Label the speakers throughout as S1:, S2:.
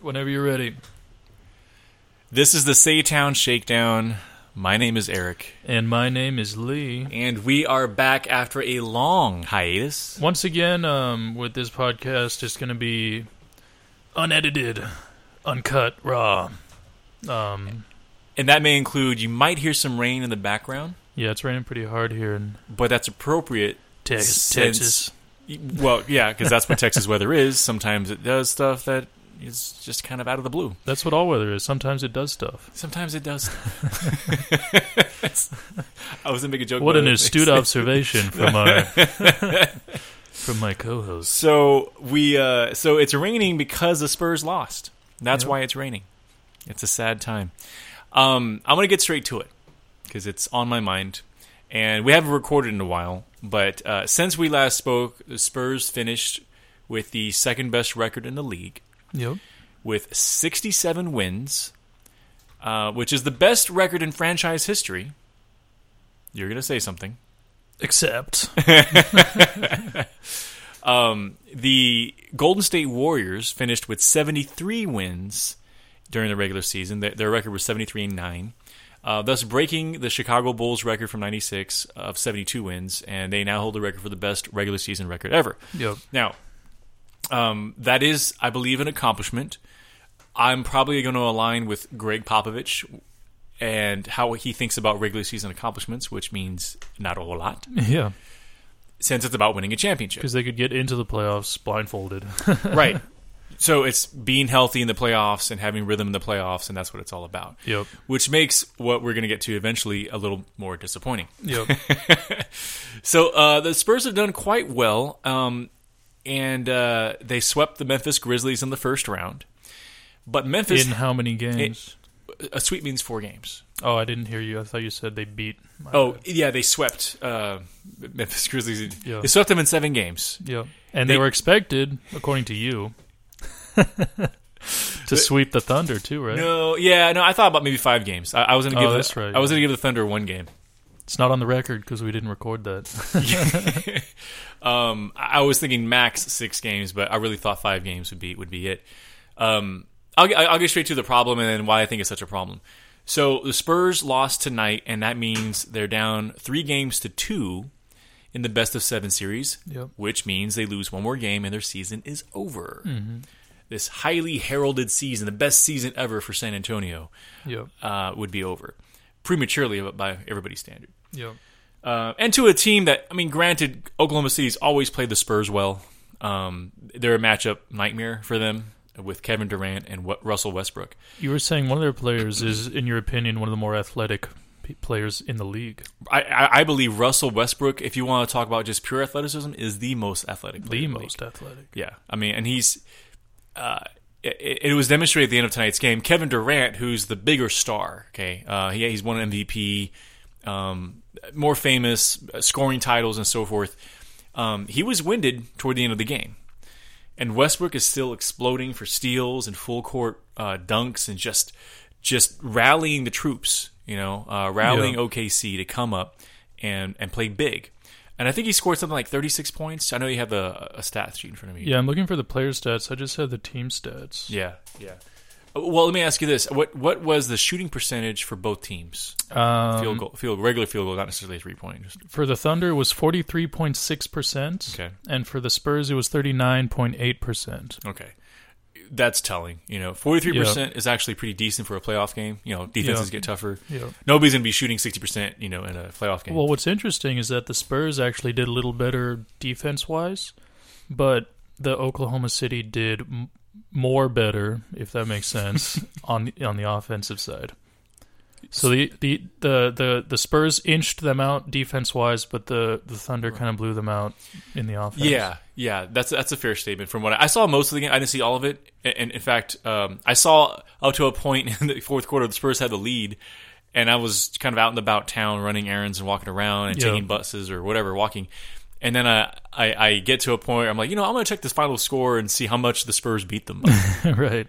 S1: Whenever you're ready.
S2: This is the Saytown Shakedown. My name is Eric,
S1: And my name is Lee.
S2: and we are back after a long hiatus.
S1: Once again, um, with this podcast, it's going to be unedited, uncut, raw. Um,
S2: And that may include you might hear some rain in the background,
S1: yeah, it's raining pretty hard here in
S2: but that's appropriate.
S1: Texas.
S2: Since-
S1: Texas.
S2: Well, yeah, because that's what Texas weather is. Sometimes it does stuff that is just kind of out of the blue.
S1: That's what all weather is. Sometimes it does stuff.
S2: Sometimes it does. I was gonna make a joke.
S1: What
S2: about
S1: an
S2: it.
S1: astute observation from our from my co-host.
S2: So we uh, so it's raining because the Spurs lost. That's
S1: Yep.
S2: why it's raining. It's a sad time. Um, I'm gonna get straight to it because it's on my mind, and we haven't recorded in a while. But uh, since we last spoke, the Spurs finished with the second best record in the league
S1: Yep.
S2: with 67 wins, uh, which is the best record in franchise history. You're gonna say something.
S1: Except
S2: the Golden State Warriors finished with 73 wins during the regular season. Their, their record was 73 and 9, uh, thus breaking the Chicago Bulls record from 96 of 72 wins, and they now hold the record for the best regular season record ever.
S1: Yep.
S2: Now, um, that is, I believe, an accomplishment. I'm probably going to align with Greg Popovich and how he thinks about regular season accomplishments, which means not a whole lot,
S1: yeah,
S2: since it's about winning a championship.
S1: because they could get into the playoffs blindfolded.
S2: right. So it's being healthy in the playoffs and having rhythm in the playoffs, and that's what it's all about.
S1: Yep.
S2: Which makes what we're going to get to eventually a little more disappointing.
S1: Yep.
S2: So uh, the Spurs have done quite well, um, and uh, they swept the Memphis Grizzlies in the first round. But Memphis,
S1: In how many games?
S2: a sweep means four games.
S1: oh, I didn't hear you. I thought you said they beat. My
S2: Oh, yeah, they swept uh, Memphis Grizzlies.
S1: Yeah.
S2: They swept them in seven games.
S1: Yeah. And they,
S2: They-
S1: were expected, according to you, to sweep the Thunder too, right?
S2: No, yeah, no, I thought about maybe five games. I, I was going to
S1: Oh,
S2: give.
S1: that's
S2: the,
S1: right,
S2: I was going to give the Thunder one game.
S1: It's not on the record because we didn't record that.
S2: Um, I I was thinking max six games, but I really thought five games would be would be it. Um, I'll, get- I'll get straight to the problem and then why I think it's such a problem. So the Spurs lost tonight, and that means they're down three games to two in the best of seven series,
S1: Yep.
S2: which means they lose one more game and their season is over. This highly heralded season, the best season ever for San Antonio,
S1: yep.
S2: uh, would be over prematurely by everybody's standard.
S1: Yep.
S2: Uh, and to a team that, I mean, granted, Oklahoma City's always played the Spurs well. Um, they're a matchup nightmare for them with Kevin Durant and what Russell Westbrook.
S1: You were saying one of their players is, in your opinion, one of the more athletic p- players in the league.
S2: I, I, I believe Russell Westbrook, if you want to talk about just pure athleticism, is the most athletic. player
S1: The
S2: in league.
S1: most athletic.
S2: Yeah, I mean, and he's. Uh, it, it was demonstrated at the end of tonight's game. Kevin Durant, who's the bigger star, okay, uh, he, he's won MVP, um, more famous, uh, scoring titles and so forth. Um, he was winded toward the end of the game, and Westbrook is still exploding for steals and full court uh, dunks and just just rallying the troops. You know, uh, rallying
S1: Yeah.
S2: OKC to come up and and play big. And I think he scored something like 36 points. I know you have a, a stat sheet in front of me.
S1: Yeah, I'm looking for the player stats. I just had the team stats.
S2: Yeah, yeah. Uh, Well, let me ask you this: what what was the shooting percentage for both teams?
S1: Um,
S2: Field goal, field regular field goal, not necessarily a three point. Just,
S1: for the Thunder it was 43.6%.
S2: Okay.
S1: And for the Spurs it was 39.8%.
S2: okay, that's telling. You know, forty three percent is actually pretty decent for a playoff game. You know, defenses
S1: Yeah.
S2: get tougher.
S1: Yeah.
S2: Nobody's going to be shooting sixty percent. You know, in a playoff game.
S1: Well, what's interesting is that the Spurs actually did a little better defense wise, but the Oklahoma City did m- more better, if that makes sense, on the, on the offensive side. So the, the, the, the, the Spurs inched them out defense wise, but the, the Thunder kind of blew them out in the offense.
S2: Yeah, yeah, that's that's a fair statement. From what I, I saw, most of the game, I didn't see all of it. And, and in fact, um, I saw up to a point in the fourth quarter, the Spurs had the lead, and I was kind of out and about town, running errands and walking around and
S1: Yeah.
S2: taking buses or whatever, walking. And then I, I I get to a point where I'm like, you know, I'm gonna check this final score and see how much the Spurs beat them. by.
S1: right.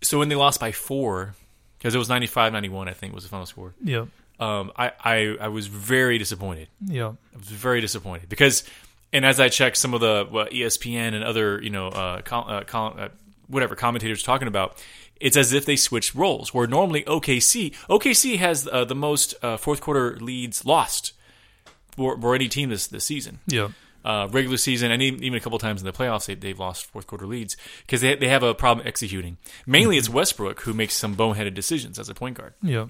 S2: so when they lost by four, because it was 95-91, I think was the final score.
S1: Yeah.
S2: Um, I, I I was very disappointed
S1: Yeah.
S2: was very disappointed E because, and as I checked some of the well, ESPN and other you know uh, col- uh, col- uh, whatever commentators talking about, it's as if they switched roles. Where normally OKC, OKC has uh, the most uh, fourth quarter leads lost for, for any team this this season.
S1: Yeah.
S2: Uh, regular season and even even a couple times in the playoffs, they, they've lost fourth quarter leads because they they have a problem executing. Mainly, it's Westbrook who makes some boneheaded decisions as a point guard.
S1: Yeah.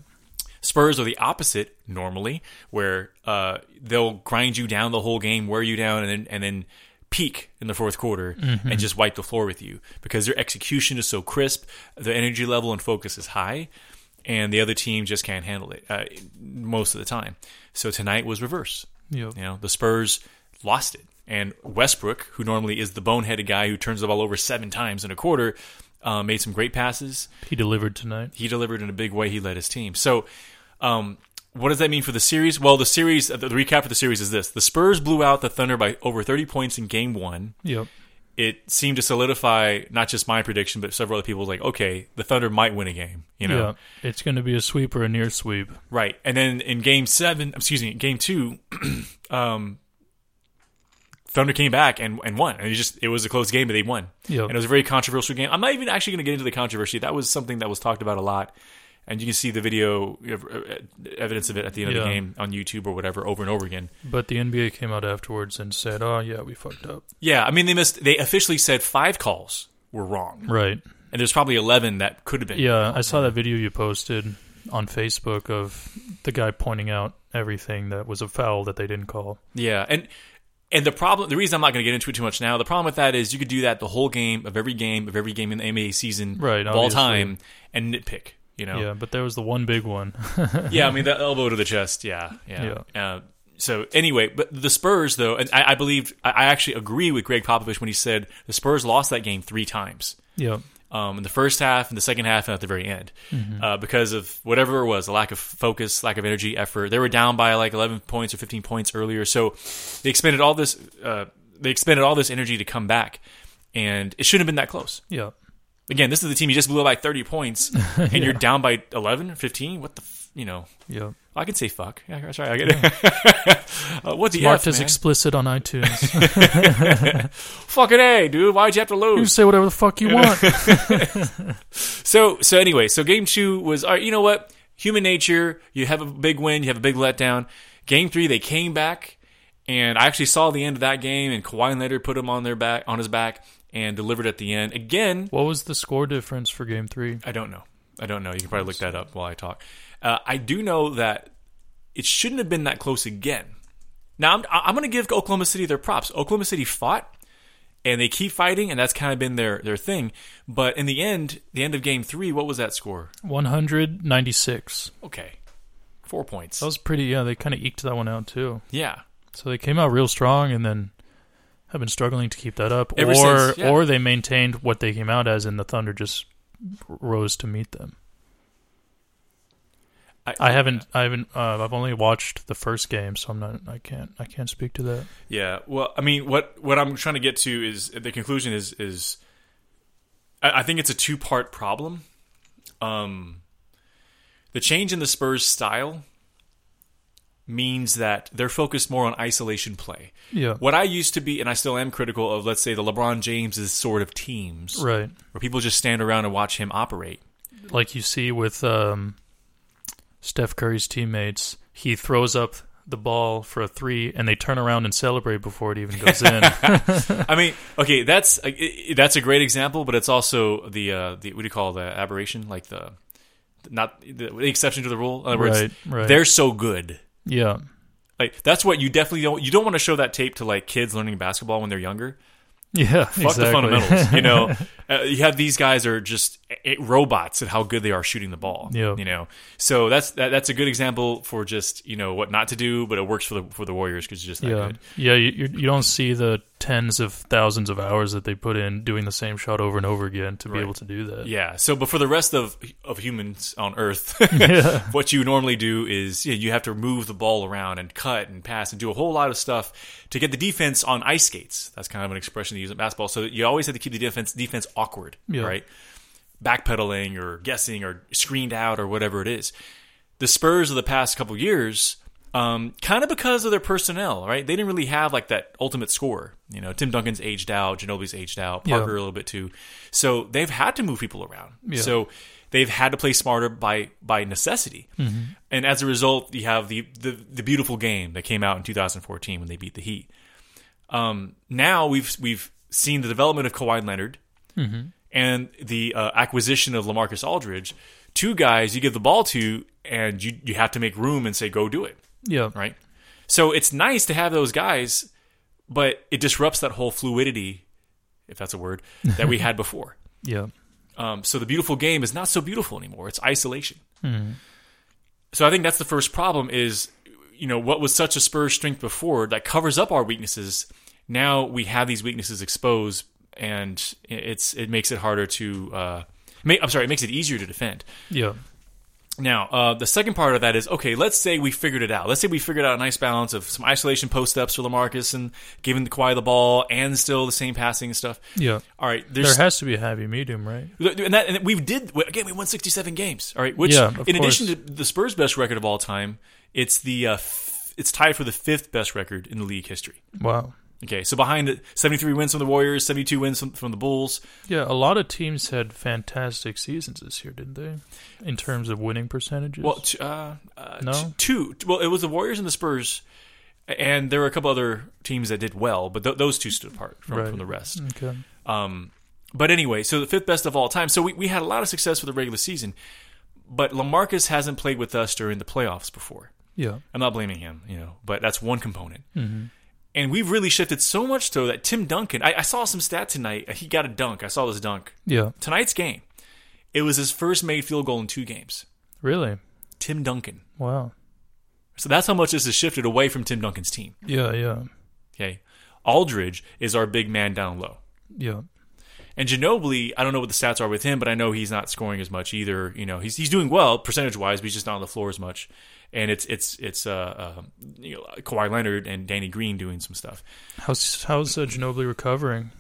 S2: Spurs are the opposite normally, where uh, they'll grind you down the whole game, wear you down, and then and then peak in the fourth quarter and just wipe the floor with you because their execution is so crisp, their energy level and focus is high, and the other team just can't handle it uh, most of the time. So tonight was reverse.
S1: Yeah.
S2: You know, the Spurs lost it. And Westbrook, who normally is the boneheaded guy who turns the ball over seven times in a quarter, uh, made some great passes.
S1: He delivered tonight.
S2: He delivered in a big way. He led his team. So, um, what does that mean for the series? Well, the series, the the recap for the series is this the Spurs blew out the Thunder by over 30 points in game one.
S1: Yeah.
S2: It seemed to solidify not just my prediction, but several other people's like, okay, the Thunder might win a game, you know?
S1: Yeah. It's going to be a sweep or a near sweep.
S2: Right. And then in game seven, excuse me, game two, um, Thunder came back and, and won. And it just it was a close game, but they won.
S1: Yeah.
S2: And it was a very controversial game. I'm not even actually going to get into the controversy. That was something that was talked about a lot. And you can see the video you know, uh, evidence of it at the end of the
S1: Yeah.
S2: game on YouTube or whatever over and over again.
S1: But the NBA came out afterwards and said, "Oh yeah, we fucked up."
S2: Yeah, I mean they missed they officially said 5 calls were wrong.
S1: Right.
S2: And there's probably 11 that could have been.
S1: Yeah, I saw that video you posted on Facebook of the guy pointing out everything that was a foul that they didn't call.
S2: Yeah, and and the problem, the reason I'm not going to get into it too much now, the problem with that is you could do that the whole game of every game of every game in the NBA season,
S1: Right,
S2: of all
S1: obviously.
S2: time, and nitpick. You know,
S1: Yeah, but there was the one big one.
S2: yeah, I mean the elbow to the chest. Yeah, yeah. Uh, so anyway, but the Spurs though, and I, I believe I, I actually agree with Greg Popovich when he said the Spurs lost that game three times.
S1: yeah.
S2: Um, in the first half, in the second half, and at the very end, uh, because of whatever it was, a lack of focus, lack of energy, effort. They were down by like 11 points or 15 points earlier, so they expended all this. Uh, they expended all this energy to come back, and it shouldn't have been that close.
S1: Yeah.
S2: Again, this is the team you just blew up by 30 points, and you're down by 11, 15. What the, f- you know?
S1: Yeah.
S2: I could say fuck. Yeah, that's right. I get it. uh, what the
S1: Marked
S2: F,
S1: as
S2: man?
S1: explicit on iTunes.
S2: Fucking a, dude. Why'd you have to lose?
S1: you say whatever the fuck you want.
S2: So so anyway, so game two was all right, you know what? Human nature. You have a big win, you have a big letdown. Game three, they came back, and I actually saw the end of that game, and Kawhi Leonard put him on their back on his back and delivered at the end. Again,
S1: what was the score difference for game 3?
S2: I don't know. I don't know. You can probably look that up while I talk. Uh, I do know that it shouldn't have been that close again. Now I'm I'm going to give Oklahoma City their props. Oklahoma City fought and they keep fighting and that's kind of been their their thing. But in the end, the end of game 3, what was that score?
S1: 196.
S2: Okay. Four points.
S1: That was pretty yeah, they kind of eked that one out too.
S2: yeah.
S1: So they came out real strong and then have been struggling to keep that up
S2: Ever
S1: or
S2: since, yeah.
S1: or they maintained what they came out as and the Thunder just rose to meet them. I haven't. I haven't. Uh, I've only watched the first game, so I'm not. I can't. I can't speak to that.
S2: Yeah. Well, I mean, what what I'm trying to get to is the conclusion is is I, I think it's a two part problem. Um, the change in the Spurs style means that they're focused more on isolation play.
S1: Yeah.
S2: What I used to be, and I still am critical of, let's say the LeBron James's sort of teams,
S1: Right.
S2: where people just stand around and watch him operate.
S1: Like you see with um, Steph Curry's teammates, he throws up the ball for a three, and they turn around and celebrate before it even goes in.
S2: I mean, okay, that's uh, i- i- that's a great example, but it's also the uh, the what do you call the aberration, like the not the, the exception to the rule. In other words,
S1: Right, right.
S2: they're so good.
S1: yeah.
S2: Like that's what you definitely don't you don't want to show that tape to like kids learning basketball when they're younger.
S1: Yeah.
S2: Fuck
S1: exactly.
S2: the fundamentals, you know. uh, you have these guys are just eh, robots at how good they are shooting the ball.
S1: Yeah.
S2: you know. So that's that, that's a good example for just you know what not to do, but it works for the for the Warriors because it's just that
S1: yeah.
S2: good.
S1: Yeah. You you you don't see the tens of thousands of hours that they put in doing the same shot over and over again to be able to do that.
S2: Yeah. So, but for the rest of of humans on Earth, what you normally do is you, know, you have to move the ball around and cut and pass and do a whole lot of stuff to get the defense on ice skates. That's kind of an expression they use in basketball. So you always have to keep the defense defense awkward,
S1: Yeah.
S2: right? Backpedaling or guessing or screened out or whatever it is. The Spurs of the past couple years um, kind of because of their personnel, right? They didn't really have like that ultimate scorer. You know, Tim Duncan's aged out, Ginobili's aged out,
S1: Yeah.
S2: Parker a little bit too. So they've had to move people around.
S1: Yeah.
S2: So they've had to play smarter by by necessity.
S1: Mm-hmm.
S2: And as a result, you have the, the the beautiful game that came out in 2014 when they beat the Heat. Um, now we've we've seen the development of Kawhi Leonard and the uh, acquisition of LaMarcus Aldridge, two guys you give the ball to and you you have to make room and say go do it
S1: Yeah.
S2: right? So it's nice to have those guys, but it disrupts that whole fluidity, if that's a word, that we had before.
S1: Yeah.
S2: Um, so the beautiful game is not so beautiful anymore. It's isolation.
S1: Hmm.
S2: So I think that's the first problem is, you know, what was such a Spurs strength before that covers up our weaknesses. Now we have these weaknesses exposed, and it's it makes it harder to. Uh, ma- I'm sorry, it makes it easier to defend.
S1: Yeah.
S2: Now, uh, the second part of that is okay. Let's say we figured it out. Let's say we figured out a nice balance of some isolation post ups for Lamarcus and giving the Kawhi the ball, and still the same passing and stuff.
S1: Yeah.
S2: All right,
S1: There
S2: there's
S1: has to be a happy medium, right?
S2: and that and we did again. We won sixty seven games. All right, which
S1: Yeah,
S2: in
S1: of
S2: addition to
S1: course.
S2: the Spurs' best record of all time, it's the uh, f- it's tied for the fifth best record in the league history.
S1: Wow.
S2: Okay, so behind it, seventy three wins from the Warriors, seventy two wins from, from the Bulls.
S1: Yeah, a lot of teams had fantastic seasons this year, didn't they? In terms of winning percentages.
S2: Well, t- uh, uh,
S1: No?
S2: t- two. t- Well, it was the Warriors and the Spurs, and there were a couple other teams that did well, but th- those two stood apart from,
S1: Right.
S2: from the rest.
S1: okay.
S2: Um, but anyway, so the fifth best of all time. So we, we had a lot of success for the regular season, but Lamarcus hasn't played with us during the playoffs before.
S1: Yeah.
S2: I'm not blaming him, you know, but that's one component. And we've really shifted so much so that Tim Duncan. I, I saw some stat tonight. He got a dunk. I saw this dunk
S1: Yeah.
S2: tonight's game. It was his first made field goal in two games.
S1: Really?
S2: Tim Duncan.
S1: Wow.
S2: So that's how much this has shifted away from Tim Duncan's team.
S1: Yeah, yeah.
S2: Okay. Aldridge is our big man down low.
S1: Yeah.
S2: And Ginobili, I don't know what the stats are with him, but I know he's not scoring as much either. You know, he's he's doing well percentage wise, but he's just not on the floor as much. And it's it's it's uh, uh you know, Kawhi Leonard and Danny Green doing some stuff.
S1: How's how's uh, Ginobili recovering?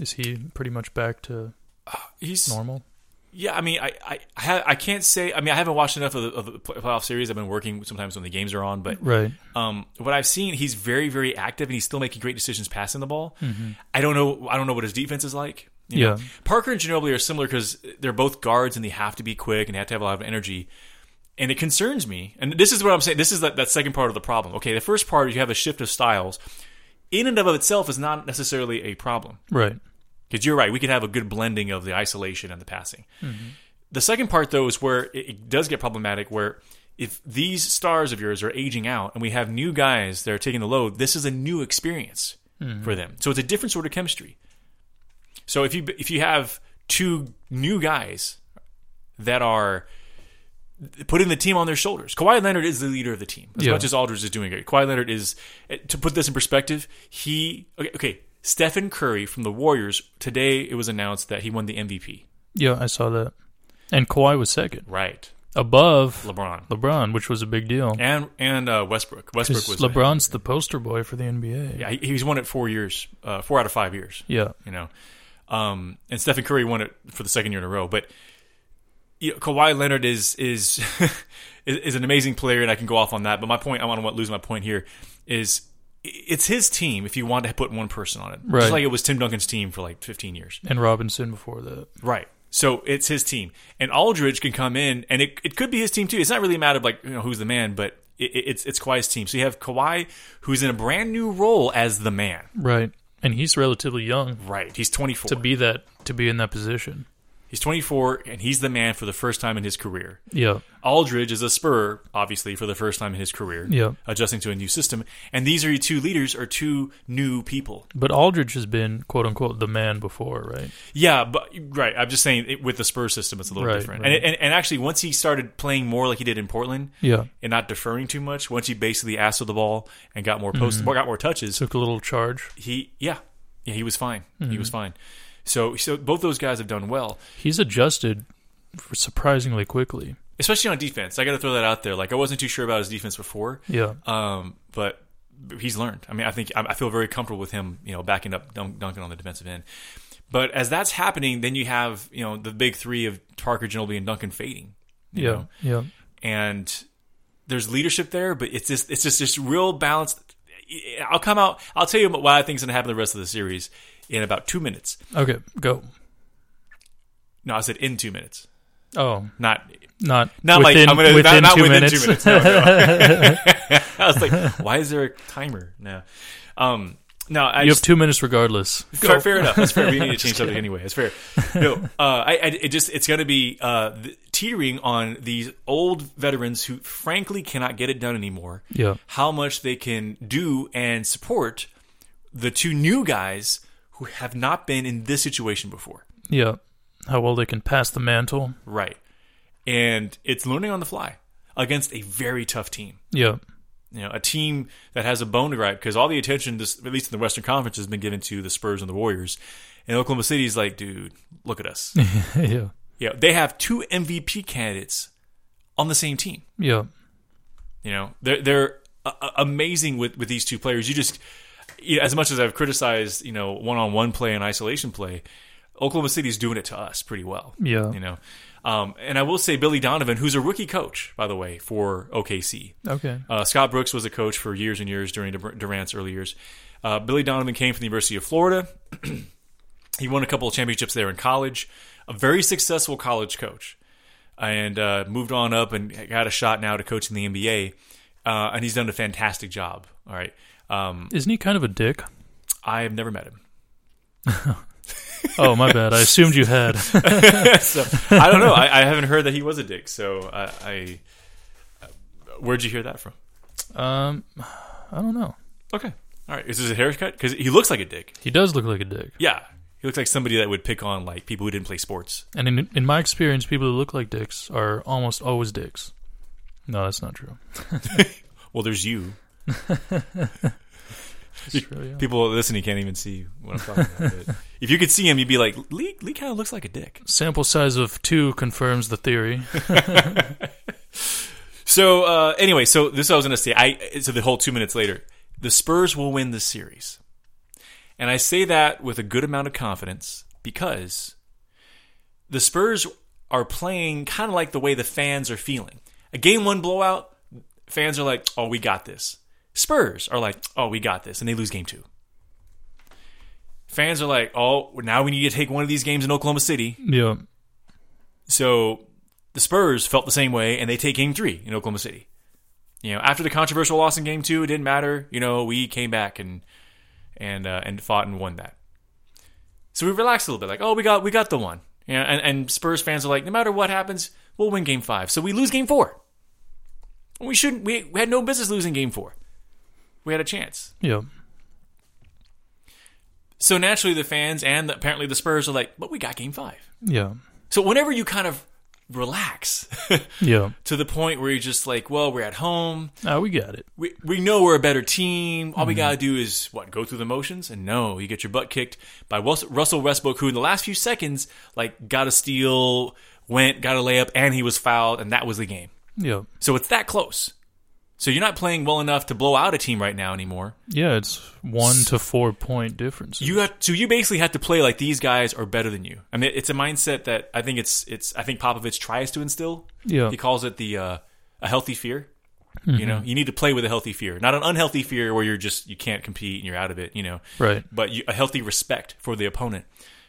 S1: Is he pretty much back to
S2: He's
S1: normal?
S2: yeah. I mean, I I I, ha- I can't say. I mean, I haven't watched enough of the, of the play- playoff series. I've been working sometimes when the games are on, but
S1: Right.
S2: um, what I've seen, he's very, very active, and he's still making great decisions passing the ball. I don't know. I don't know what his defense is like. you know.
S1: Yeah.
S2: Parker and Ginobili are similar because they're both guards, and they have to be quick and they have to have a lot of energy. And it concerns me. And this is what I'm saying. This is that, that second part of the problem. Okay, the first part is you have a shift of styles. In and of itself is not necessarily a problem
S1: Right.
S2: because you're right. We could have a good blending of the isolation and the passing. The second part, though, is where it, it does get problematic. Where if these stars of yours are aging out and we have new guys that are taking the load, this is a new experience for them. So it's a different sort of chemistry. So if you if you have two new guys that are putting the team on their shoulders, Kawhi Leonard is the leader of the team as
S1: Yeah.
S2: much as Aldridge is doing it. Kawhi Leonard is eh, to put this in perspective. He okay, okay. Stephen Curry from the Warriors today it was announced that he won the MVP.
S1: Yeah, I saw that. And Kawhi was second,
S2: Right,
S1: above
S2: LeBron
S1: LeBron, which was a big deal.
S2: and and uh, Westbrook. Westbrook
S1: 'Cause
S2: was
S1: LeBron's the poster boy for the NBA.
S2: Yeah, he, he's won it four years, uh, four out of five years.
S1: Yeah.
S2: you know. Um, and Stephen Curry won it for the second year in a row. But you know, Kawhi Leonard is is is is an amazing player, and I can go off on that. But my point, I want to lose my point here, is it's his team. If you want to put one person on it,
S1: Right.
S2: just like it was Tim Duncan's team for like 15 years,
S1: And Robinson before that.
S2: right? So it's his team, and Aldridge can come in, and it, it could be his team too. It's not really a matter of like you know who's the man, but it, it- it's it's Kawhi's team. So you have Kawhi, who's in a brand new role as the man.
S1: Right. And he's relatively young
S2: Right, he's 24.
S1: to be that to be in that position.
S2: He's 24 and he's the man for the first time in his career.
S1: Yeah.
S2: Aldridge is a Spur, obviously, for the first time in his career,
S1: Yeah.
S2: adjusting to a new system. And these are your two leaders, are two new people.
S1: But Aldridge has been quote unquote the man before, right?
S2: Yeah, but right. I'm just saying it, with the Spurs system, it's a little
S1: Right,
S2: different.
S1: right.
S2: And, and and actually, once he started playing more like he did in Portland
S1: Yeah.
S2: and not deferring too much, once he basically asked for the ball and got more post,
S1: Mm-hmm.
S2: got more touches,
S1: Took a little charge.
S2: he yeah, yeah, he was fine. He
S1: Mm-hmm.
S2: was fine. So so both those guys have done well.
S1: He's adjusted for surprisingly quickly.
S2: especially on defense. I got to throw that out there. Like I wasn't too sure about his defense before,
S1: Yeah.
S2: um, but he's learned. I mean, I think I I feel very comfortable with him. You know, backing up Dun- Duncan on the defensive end. But as that's happening, then you have you know the big three of Parker, Ginobili, and Duncan fading. you
S1: Yeah.
S2: know?
S1: Yeah.
S2: and there's leadership there, but it's just it's just this real balanced. I'll come out. I'll tell you what I think is going to happen the rest of the series in about two minutes.
S1: Okay, go.
S2: No, I said in two minutes,
S1: Oh,
S2: not
S1: not
S2: not
S1: within,
S2: like I'm gonna
S1: within
S2: not, not
S1: two
S2: within
S1: minutes.
S2: two minutes. No, no. I was like, why is there a timer? No, um, no. I
S1: you
S2: just,
S1: have two minutes regardless.
S2: Fair, fair enough. That's fair. We need to change something anyway. That's fair. No, uh, I, I it just it's going to be uh, the, teetering on these old veterans who, frankly, cannot get it done anymore.
S1: Yeah.
S2: How much they can do and support the two new guys who have not been in this situation before.
S1: Yeah. How well they can pass the mantle.
S2: Right. And it's learning on the fly against a very tough team.
S1: Yeah.
S2: you know, a team that has a bone to gripe because all the attention, this, at least in the Western Conference, has been given to the Spurs and the Warriors. And Oklahoma City's like, dude, look at us.
S1: yeah.
S2: yeah, they have two MVP candidates on the same team.
S1: Yeah.
S2: You know, they're they're uh, uh, amazing with with these two players. You just, you know, as much as I've criticized, you know, one on one play and isolation play, Oklahoma City's doing it to us pretty well.
S1: Yeah.
S2: you know. Um, and I will say Billy Donovan, who's a rookie coach, by the way, for OKC.
S1: Okay.
S2: Uh, Scott Brooks was a coach for years and years during Dur- Durant's early years. Uh, Billy Donovan came from the University of Florida. he won a couple of championships there in college. A very successful college coach, and uh, moved on up and got a shot now to coach in the NBA. Uh, and he's done a fantastic job. All right, um,
S1: Isn't he kind of a dick?
S2: I have never met him,
S1: Oh, my bad. I assumed you had.
S2: so I don't know. I, I haven't heard that he was a dick. So I, I, uh, where'd you hear that from?
S1: Um, I don't know.
S2: Okay, all right. Is this a haircut? Because he looks like a dick.
S1: He does look like a dick.
S2: Yeah. He looks like somebody that would pick on like people who didn't play sports.
S1: And in in my experience, people who look like dicks are almost always dicks. No, that's not true.
S2: Well, there's you.
S1: That's true, yeah.
S2: People listening can't even see what I'm talking about. But if you could see him, you'd be like, Lee, Lee kind of looks like a dick.
S1: Sample size of two confirms the theory.
S2: So uh, anyway, so this is what I was going to say. I so the whole two minutes later, the Spurs will win this series, and I say that with a good amount of confidence because the Spurs are playing kind of like the way the fans are feeling. A game one blowout, fans are like, "Oh, we got this." Spurs are like, "Oh, we got this," and they lose game two. Fans are like, "Oh, now we need to take one of these games in Oklahoma City."
S1: Yeah.
S2: So the Spurs felt the same way, and they take Game Three in Oklahoma City. You know, after the controversial loss in Game Two, it didn't matter. You know, we came back and and uh, and fought and won that. So we relaxed a little bit, like, oh, we got we got the one. You know, and, and Spurs fans are like, no matter what happens, we'll win Game Five. So we lose Game Four. We shouldn't. We, we had no business losing Game Four. We had a chance.
S1: Yeah.
S2: So naturally, the fans and the, apparently the Spurs are like, but we got Game Five.
S1: Yeah.
S2: So whenever you kind of relax
S1: Yeah.
S2: to the point where you're just like, well, we're at home.
S1: Ah, we got it.
S2: We, we know we're a better team. All we got to do is, what, go through the motions? And no, you get your butt kicked by Wes- Russell Westbrook, who in the last few seconds, like, got a steal, went, got a layup, and he was fouled, and that was the game.
S1: Yeah.
S2: So it's that close. So you're not playing well enough to blow out a team right now anymore.
S1: Yeah, it's one to four point difference.
S2: You have so you basically have to play like these guys are better than you. I mean, it's a mindset that I think it's it's I think Popovich tries to instill.
S1: Yeah. Mm-hmm.
S2: he calls it the uh, a healthy fear. You know, you need to play with a healthy fear, not an unhealthy fear where you're just you can't compete and you're out of it. You know,
S1: Right.
S2: But you, a healthy respect for the opponent.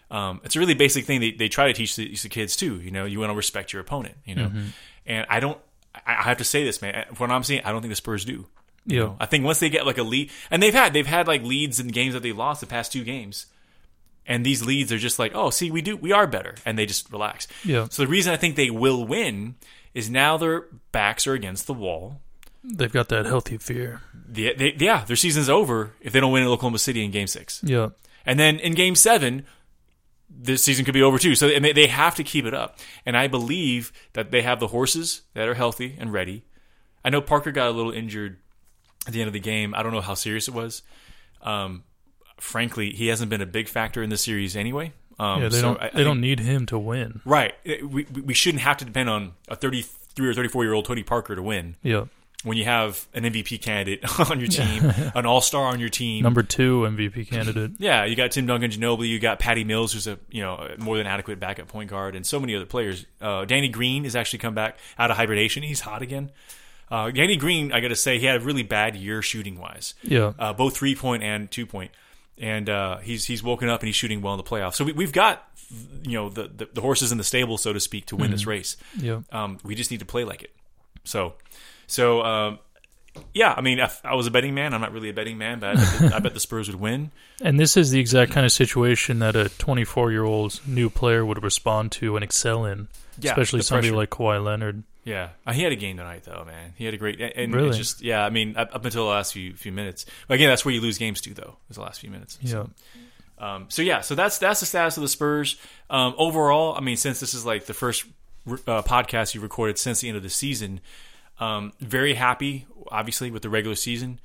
S2: Um, it's a really basic thing they, they try to teach these kids too. You know, you want to respect your opponent. You know,
S1: Mm-hmm.
S2: and I don't. I I have to say this, man. From What I'm seeing, I don't think the Spurs do.
S1: Yeah.
S2: I think once they get like a lead, and they've had they've had like leads in games that they lost the past two games, and these leads are just like, oh, see, we do we are better, and they just relax.
S1: Yeah.
S2: So the reason I think they will win is now their backs are against the wall.
S1: They've got that healthy fear.
S2: The, they, yeah, their season's over if they don't win in Oklahoma City in Game Six,
S1: Yeah.
S2: and then in Game Seven. This season could be over too, so and they, they have to keep it up. And I believe that they have the horses that are healthy and ready. I know Parker got a little injured at the end of the game. I don't know how serious it was. Um, frankly, he hasn't been a big factor in the series anyway. Um,
S1: Yeah, they
S2: so
S1: don't
S2: I- I
S1: they don't need him to win.
S2: Right. It- We, we we shouldn't have to depend on a 33 or 34 year old Tony Parker to win
S1: Yeah.
S2: when you have an MVP candidate on your team, an all star on your team.
S1: Number 2 MVP candidate.
S2: yeah, you got Tim Duncan, Ginobili, you got Patty Mills, who's a you know a more than adequate backup point guard, and so many other players. Uh, Danny Green has actually come back out of hibernation; he's hot again. Uh, Danny Green, I got to say, he had a really bad year shooting wise,
S1: Yeah.
S2: uh, both three point and two point, and uh, he's he's woken up and he's shooting well in the playoffs. So we, we've got you know the, the the horses in the stable, so to speak, to win this race.
S1: Yeah.
S2: Um, we just need to play like it. So, so um, yeah. I mean, I, I was a betting man. I'm not really a betting man, but I bet, the, I bet the Spurs would win.
S1: And this is the exact kind of situation that a 24 year old new player would respond to and excel in,
S2: Yeah,
S1: especially
S2: the
S1: somebody
S2: pressure.
S1: like Kawhi Leonard.
S2: Yeah, Uh, he had a game tonight though, man. He had a great and- and
S1: Really?
S2: it's just yeah. I mean, up, up until the last few few minutes. But again, that's where you lose games too, though. Is the last few minutes.
S1: Yeah.
S2: Um, so yeah, so that's that's the status of the Spurs um, overall. I mean, since this is like the first uh, podcast you recorded since the end of the season, um, very happy, obviously, with the regular season.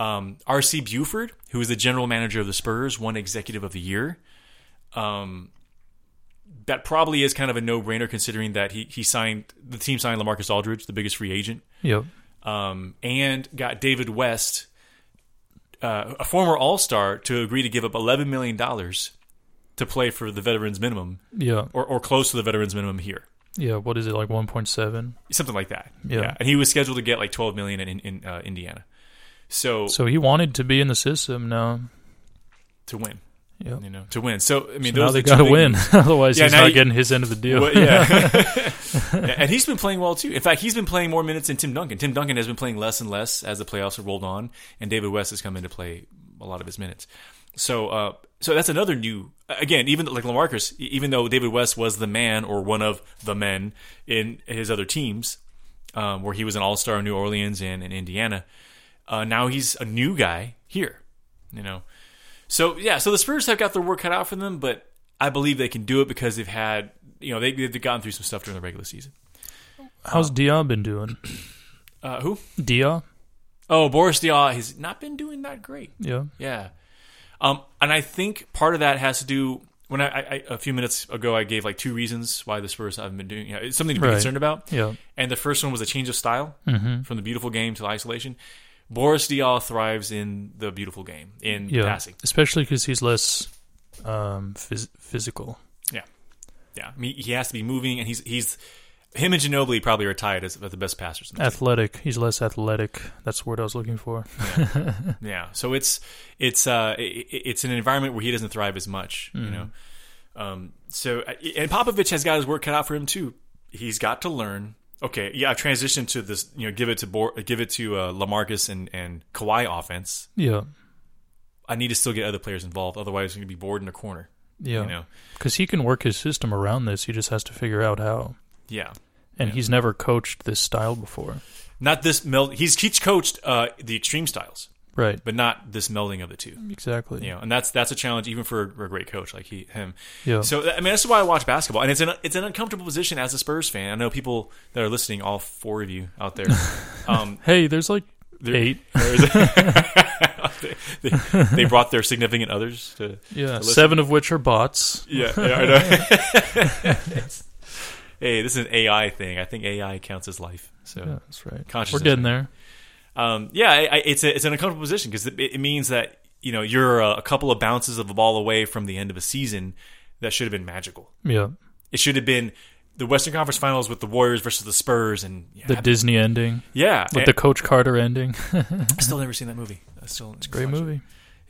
S2: Um, RC Buford, who is the general manager of the Spurs, won Executive of the Year. Um, that probably is kind of a no-brainer considering that he he signed the team signed Lamarcus Aldridge, the biggest free agent
S1: Yeah.
S2: um, and got David West, uh, a former All Star, to agree to give up $11 million to play for the veterans minimum
S1: Yeah.
S2: or, or close to the veterans minimum here.
S1: Yeah. What is it, like 1.7?
S2: Something like that.
S1: Yeah.
S2: And he was scheduled to get like $12 million in, in uh, Indiana. So,
S1: So he wanted to be in the system now.
S2: to win,
S1: Yeah.
S2: you know, to win. So, I mean,
S1: now
S2: those
S1: they
S2: are the two
S1: got to
S2: big
S1: win.
S2: news.
S1: Otherwise,
S2: Yeah,
S1: he's
S2: now
S1: not
S2: you-
S1: getting his end of the deal.
S2: Well, yeah. and he's been playing well too. In fact, he's been playing more minutes than Tim Duncan. Tim Duncan has been playing less and less as the playoffs have rolled on, and David West has come in to play a lot of his minutes. So, uh, so that's another new. Again, even like Lamarcus, e- even though David West was the man or one of the men in his other teams, um, where he was an All Star in New Orleans and in Indiana, uh, now he's a new guy here. You know, so yeah, so the Spurs have got their work cut out for them, but I believe they can do it because they've had you know they, they've gotten through some stuff during the regular season.
S1: How's Dia been doing?
S2: Uh, who?
S1: Dia?
S2: Oh, Boris Diaw has not been doing that great.
S1: Yeah.
S2: Yeah, um, and I think part of that has to do when I, I I- a few minutes ago I gave like two reasons why the Spurs haven't been doing. You know, it's something to be
S1: Right.
S2: concerned about.
S1: Yeah. Mm-hmm.
S2: And the first one was a change of style from the beautiful game to the isolation. Boris Diaw thrives in the beautiful game in
S1: Yeah.
S2: passing.
S1: Especially because he's less um, phys- physical.
S2: Yeah, yeah. I mean, he has to be moving, and he's he's him and Ginobili probably are tied as as the best passers. In the
S1: Athletic. He's less athletic. That's the word I was looking for.
S2: team. Yeah, so it's it's uh i- i it's an environment where he doesn't thrive as much, you know. Um, so and Popovich has got his work cut out for him too. He's got to learn. Okay, yeah, I've transitioned to this, you know, give it to Bor- give it to uh, Lamarcus and and Kawhi offense.
S1: Yeah.
S2: I need to still get other players involved, otherwise, I'm going to be bored in a corner.
S1: Yeah.
S2: You know,
S1: Because he can work his system around this. He just has to figure out how.
S2: yeah.
S1: And he's never coached this style before.
S2: Not this meld. He's he's coached uh, the extreme styles,
S1: Right.
S2: but not this melding of the two.
S1: Exactly.
S2: you know, and that's that's a challenge even for a great coach like he him.
S1: Yeah.
S2: So I mean, that's why I watch basketball, and it's an it's an uncomfortable position as a Spurs fan. I know people that are listening, all four of you out there, um,
S1: Hey, there's like
S2: There-
S1: eight.
S2: they, they brought their significant others to
S1: Yeah.
S2: listen.
S1: Seven of which are bots.
S2: yeah. yeah, I know. hey, this is an AI thing. I think AI counts as life. So
S1: Yeah, that's right. We're
S2: Consciousness.
S1: getting there.
S2: um, yeah, I, I, it's a, it's an uncomfortable position because it, it means that you know you're a, a couple of bounces of a ball away from the end of a season that should have been magical.
S1: Yeah.
S2: It should have been the Western Conference Finals with the Warriors versus the Spurs, and yeah,
S1: The Disney ending
S2: yeah,
S1: with
S2: and-
S1: the Coach Carter ending.
S2: I've still never seen that movie. I still, it's a
S1: Great movie.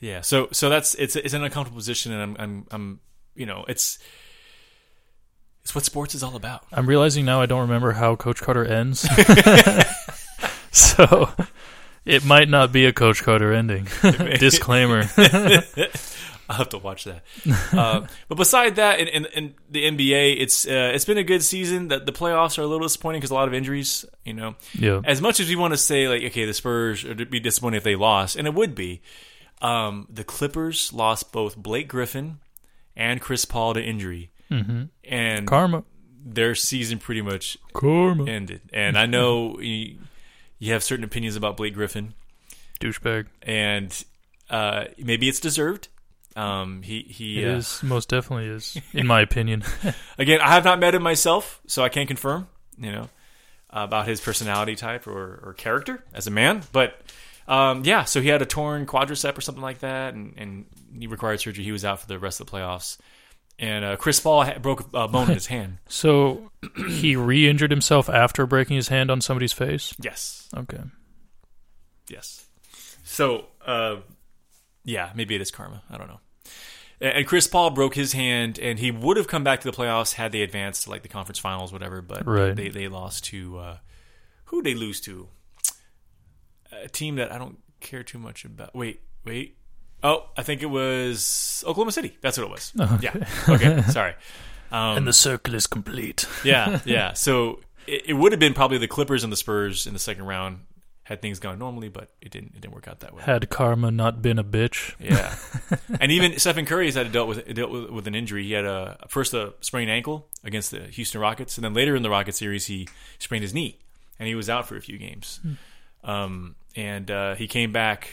S2: Yeah, so so that's it's it's an uncomfortable position, and I'm I'm I'm you know it's it's what sports is all about.
S1: I'm realizing now I don't remember how Coach Carter ends. so it might not be a Coach Carter ending. Disclaimer.
S2: I'll have to watch that. uh, but beside that, in, in, in the NBA, it's uh, it's been a good season. That the playoffs are a little disappointing because a lot of injuries. You know,
S1: Yeah.
S2: as much as we want to say like, okay, the Spurs would be disappointed if they lost, and it would be. Um, the Clippers lost both Blake Griffin and Chris Paul to injury, mm-hmm. and
S1: Karma.
S2: their season pretty much
S1: Karma.
S2: ended. And I know you, you have certain opinions about Blake Griffin
S1: Douchebag.
S2: and uh, maybe it's deserved. Um, he he
S1: It
S2: uh,
S1: is most definitely is, in my opinion.
S2: again. I have not met him myself, so I can't confirm. You know about his personality type or, or character as a man, but um, yeah. So he had a torn quadricep or something like that, and, and he required surgery. He was out for the rest of the playoffs. And uh, Chris Paul ha- broke a bone in his hand.
S1: So he re-injured himself after breaking his hand on somebody's face.
S2: Yes.
S1: Okay.
S2: Yes. So, uh, yeah, maybe it is karma. I don't know. A- And Chris Paul broke his hand, and he would have come back to the playoffs had they advanced to like the conference finals, whatever. But
S1: Right.
S2: they they lost to uh, who they lose to a team that I don't care too much about. Wait, wait. Oh, I think it was Oklahoma City. That's what it was. Yeah. Okay. Sorry. Um,
S1: And the circle is complete.
S2: yeah, yeah. So it, it would have been probably the Clippers and the Spurs in the second round had things gone normally, but it didn't. It didn't work out that way.
S1: Had karma not been a bitch.
S2: Yeah, and even Stephen Curry has had to dealt with dealt with, with an injury. He had a first a sprained ankle against the Houston Rockets, and then later in the Rocket series, he sprained his knee, and he was out for a few games. Um, and uh, he came back.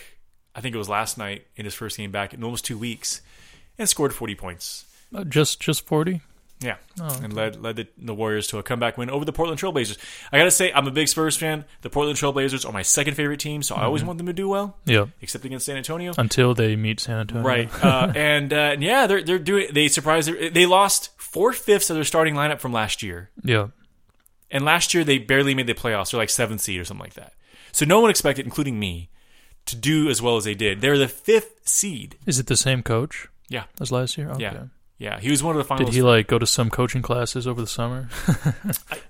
S2: I think it was last night in his first game back in almost two weeks, and scored forty points.
S1: Uh, just just 40?
S2: Yeah,
S1: Oh,
S2: and led led the, the Warriors to a comeback win over the Portland Trailblazers. I gotta say, I'm a big Spurs fan. The Portland Trailblazers are my second favorite team, so I always want them to do well,
S1: Yeah.
S2: except against San Antonio.
S1: Until they meet San Antonio.
S2: Right, uh, and, uh, and yeah, they're they're doing. They surprised. They lost four fifths of their starting lineup from last year,
S1: Yeah.
S2: and last year they barely made the playoffs. They're like seventh seed or something like that. So no one expected, including me, to do as well as they did. They're the fifth seed.
S1: Is it the same coach
S2: Yeah,
S1: as last year? Okay.
S2: yeah, yeah. He was one of the finals.
S1: Did he like go to some coaching classes over the summer?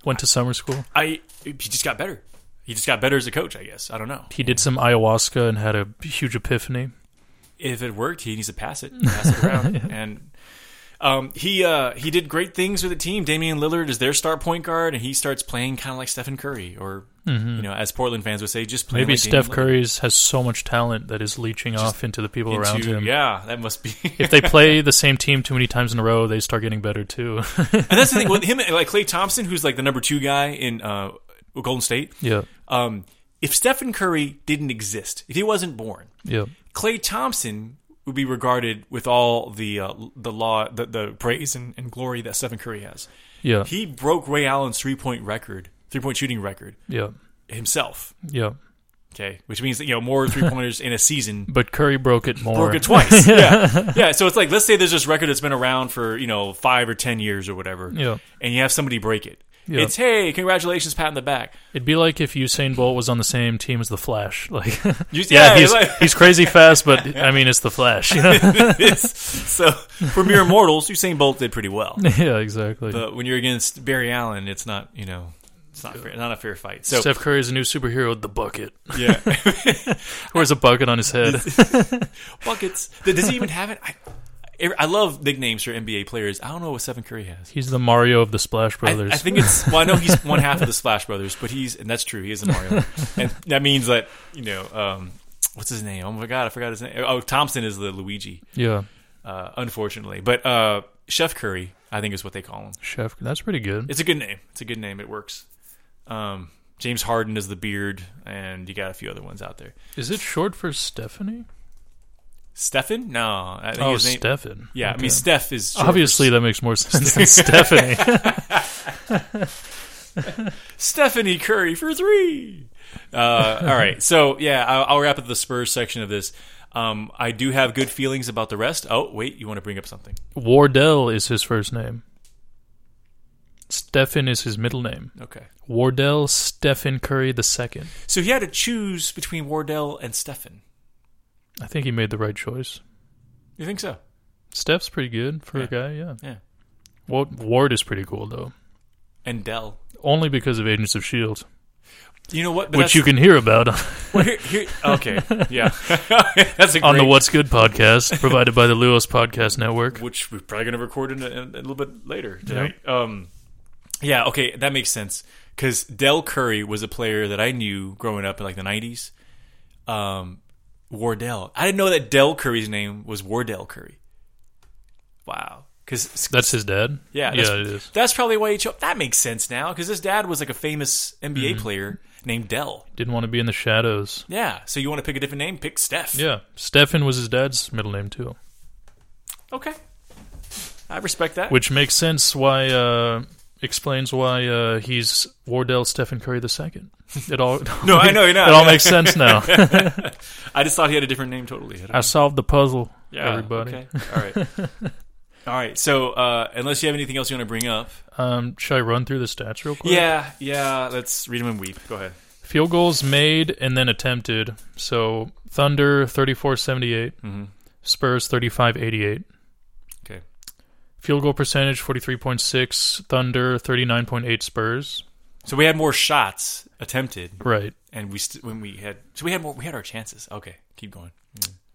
S1: Went to summer school.
S2: I he just got better. He just got better as a coach, I guess. I don't know.
S1: He did some ayahuasca and had a huge epiphany.
S2: if it worked, he needs to pass it, pass it around. And um, he uh, he did great things with the team. Damian Lillard is their star point guard, and he starts playing kind of like Stephen Curry, or you know, as Portland fans would say, just playing
S1: Mm-hmm. Maybe
S2: like Damian
S1: Steph
S2: Lillard.
S1: Curry's has so much talent that is leeching off into the people around
S2: Into-
S1: him.
S2: Yeah, that must be.
S1: If they play the same team too many times in a row, they start getting better too.
S2: and that's the thing with him, like Clay Thompson, who's like the number two guy in uh, Golden State.
S1: yeah.
S2: Um, if Stephen Curry didn't exist, if he wasn't born,
S1: Yeah.
S2: Clay Thompson would be regarded with all the uh, the law, the, the praise and, and glory that Stephen Curry has.
S1: Yeah.
S2: He broke Ray Allen's three point record, three point shooting record
S1: yeah.
S2: himself.
S1: Yeah.
S2: Okay, which means that, you know more three pointers in a season.
S1: But Curry broke it more.
S2: Broke it twice. yeah, yeah. So it's like let's say there's this record that's been around for you know five or ten years or whatever.
S1: Yeah.
S2: and you have somebody break it.
S1: Yeah.
S2: It's hey, congratulations, pat in the back.
S1: It'd be like if Usain Bolt was on the same team as the Flash. Like,
S2: You-
S1: yeah,
S2: yeah,
S1: he's,
S2: like-
S1: he's crazy fast, but I mean, it's the Flash. You know?
S2: It's- so for mere mortals, Usain Bolt did pretty well,
S1: yeah, exactly.
S2: but when you're against Barry Allen, it's not you know it's not fair, not a fair fight. So
S1: Steph Curry is a new superhero. The bucket
S2: yeah,
S1: wears a bucket on his head.
S2: buckets. Does he even have it? I, I love nicknames for NBA players. I don't know what Stephen Curry has.
S1: He's the Mario of the Splash
S2: I-
S1: Brothers.
S2: I, think it's well. I know he's one half of the Splash Brothers, but he's and that's true. He is a Mario, and that means that you know um, what's his name? Oh my god, I forgot his name. Oh, Thompson is the Luigi,
S1: yeah,
S2: uh, unfortunately. But uh, Chef Curry, I think, is what they call him.
S1: Chef. That's pretty good.
S2: It's a good name. It's a good name. It works. Um, James Harden is the Beard, and you got a few other ones out there.
S1: Is it short for Stephanie?
S2: Stefan? No, I think
S1: Oh,
S2: his name.
S1: Stefan.
S2: yeah, I
S1: Okay.
S2: mean Steph is short for
S1: obviously that makes more sense than Stephanie.
S2: Stephanie Curry for three. Uh, all right. So, yeah, I'll, I'll wrap up the Spurs section of this. Um, I do have good feelings about the rest. Oh, wait, you want to bring up something?
S1: Wardell is his first name. Stefan is his middle name.
S2: Okay.
S1: Wardell Stephen Curry the second.
S2: So he had to choose between Wardell and Stefan.
S1: I think he made the right choice.
S2: You think so?
S1: Steph's pretty good for
S2: Yeah.
S1: a guy, yeah.
S2: Yeah.
S1: Ward, Ward is pretty cool though,
S2: And Dell.
S1: only because of Agents of Shield,
S2: You know what?
S1: E
S2: But
S1: which
S2: that's-
S1: you can hear about
S2: well, here, here, okay. Yeah. that's a great,
S1: on the What's Good podcast, provided by the Luos Podcast Network.
S2: which we're probably going to record in a, in a little bit later tonight. Um, yeah, okay, that makes sense because Dell Curry was a player that I knew growing up in like the '90s. Um, Wardell, I didn't know that Dell Curry's name was Wardell Curry. Wow, because
S1: That's his dad.
S2: yeah, that's,
S1: yeah, it is.
S2: That's probably why he chose. That makes sense now because his dad was like a famous NBA player named Dell.
S1: Didn't want to be in the shadows.
S2: Yeah, so you want to pick a different name? Pick Steph.
S1: Yeah, Stefan was his dad's middle name too,
S2: Okay, I respect that.
S1: which makes sense. Why uh, explains why uh, he's Wardell Stephen Curry the second. It all
S2: no, I know you're not.
S1: it all makes sense now.
S2: I just thought he had a different name. Totally. I don't
S1: I solved the puzzle.
S2: Yeah,
S1: everybody.
S2: okay. All right. All right. So, uh, unless you have anything else you want to bring up,
S1: Um, should I run through the stats real quick?
S2: yeah, yeah. Let's read them and weep. Go ahead.
S1: Field goals made and then attempted. So Thunder 34-78,
S2: Mhm.
S1: Spurs 35-88.
S2: Okay.
S1: Field goal percentage 43.6, Thunder 39.8, Spurs.
S2: So we had more shots attempted,
S1: Right.
S2: and we st- when we had so we had more we had our chances. Okay, keep going.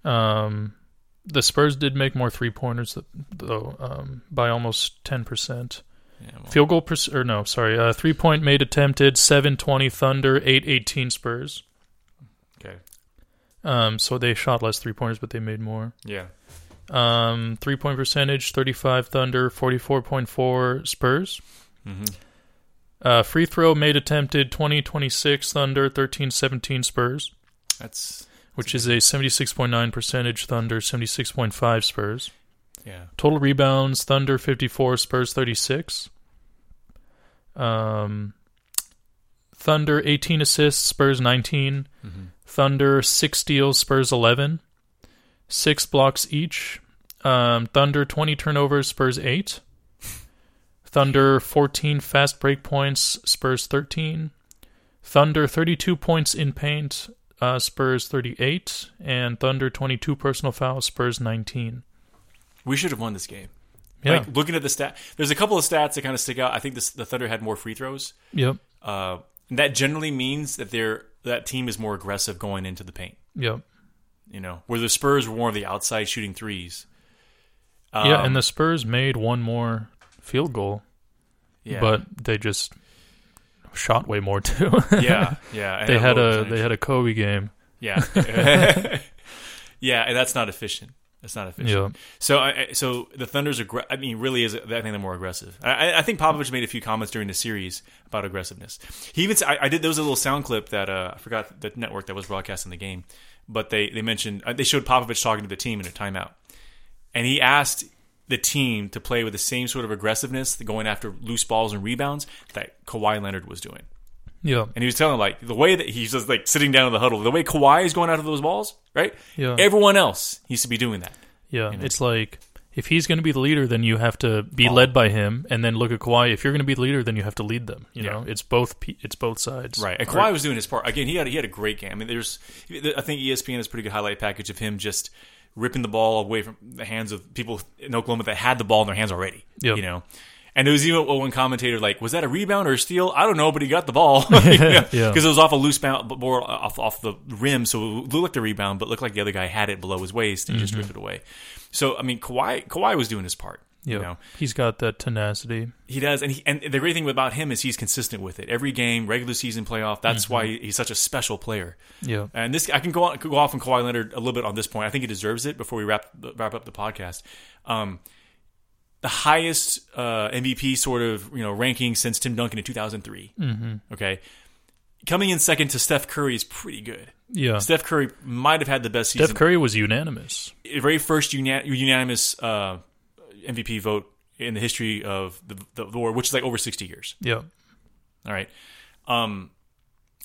S1: Um, the Spurs did make more three pointers though, um, by almost 10%.
S2: Yeah, well,
S1: Field goal, perc- or no, sorry, uh, three point made attempted, 720 Thunder, 818 Spurs.
S2: okay.
S1: Um, so they shot less three pointers, but they made more.
S2: Yeah.
S1: Um, three point percentage, 35 Thunder, 44.4 Spurs.
S2: hmm
S1: Uh, free throw made attempted, 20 26 Thunder, 13 17 Spurs,
S2: That's
S1: which is a 76.9 percentage Thunder, 76.5 Spurs.
S2: yeah.
S1: Total rebounds, Thunder 54, Spurs 36. Um, Thunder 18 assists, Spurs 19. Thunder 6 steals, Spurs 11. 6 blocks each. Um, Thunder 20 turnovers, Spurs 8. Thunder 14 fast break points, Spurs 13. Thunder 32 points in paint, uh, Spurs 38. And Thunder 22 personal fouls, Spurs 19.
S2: We should have won this game.
S1: Yeah.
S2: Like looking at the stat, there's a couple of stats that kind of stick out. I think this, the Thunder had more free throws.
S1: yep.
S2: Uh, and that generally means that they're that team is more aggressive going into the paint.
S1: Yep.
S2: You know, where the Spurs were more of the outside shooting threes.
S1: yeah,
S2: Um,
S1: and the Spurs made one more field goal,
S2: yeah,
S1: but they just shot way more too.
S2: yeah, yeah. and
S1: they had a
S2: lower percentage.
S1: they had a Kobe game.
S2: Yeah. yeah, and that's not efficient. That's not efficient.
S1: Yeah.
S2: So, I, I- so the Thunder's. Aggr- I mean, really is. I think they're more aggressive. I, I- I think Popovich made a few comments during the series about aggressiveness. He even. s- I, I did. There was a little sound clip that uh, I forgot the network that was broadcasting the game, but they they mentioned uh, they showed Popovich talking to the team in a timeout, and he asked the team to play with the same sort of aggressiveness, going after loose balls and rebounds that Kawhi Leonard was doing.
S1: Yeah.
S2: And he was telling like the way that he's just like sitting down in the huddle, the way Kawhi is going after those balls, right?
S1: Yeah.
S2: Everyone else needs to be doing that.
S1: Yeah. It's like if he's going to be the leader, then you have to be led by him, and then look at Kawhi. If you're going to be the leader, then you have to lead them. You
S2: Yeah.
S1: know, it's both pe- it's both sides.
S2: Right. And Kawhi was doing his part. Again, he had he had a great game. I mean, there's I think E ESPN has a pretty good highlight package of him just ripping the ball away from the hands of people in Oklahoma that had the ball in their hands already.
S1: Yep.
S2: You know. And there was even one commentator like, "Was that a rebound or a steal? I don't know, but he got the ball because
S1: Yeah.
S2: it was off a loose bound, but more off off the rim, so it looked like a rebound, but looked like the other guy had it below his waist and he just
S1: Mm-hmm.
S2: ripped it away. So I mean, Kawhi Kawhi was doing his part.
S1: Yeah.
S2: You know,
S1: He's got that tenacity.
S2: he does, and he, and the great thing about him is he's consistent with it. Every game, regular season, playoff. That's why he's such a special player.
S1: Yeah.
S2: And this, I can go on, go off on Kawhi Leonard a little bit on this point. I think he deserves it. Before we wrap wrap up the podcast, um, the highest uh, MVP sort of you know ranking since Tim Duncan in two Mm-hmm. Okay, coming in second to Steph Curry is pretty good.
S1: Yeah.
S2: Steph Curry might have had the best
S1: Steph
S2: season.
S1: Curry was unanimous.
S2: very first uni- unanimous uh, MVP vote in the history of the, the, the war, which is like over sixty years.
S1: Yeah.
S2: All right. Um,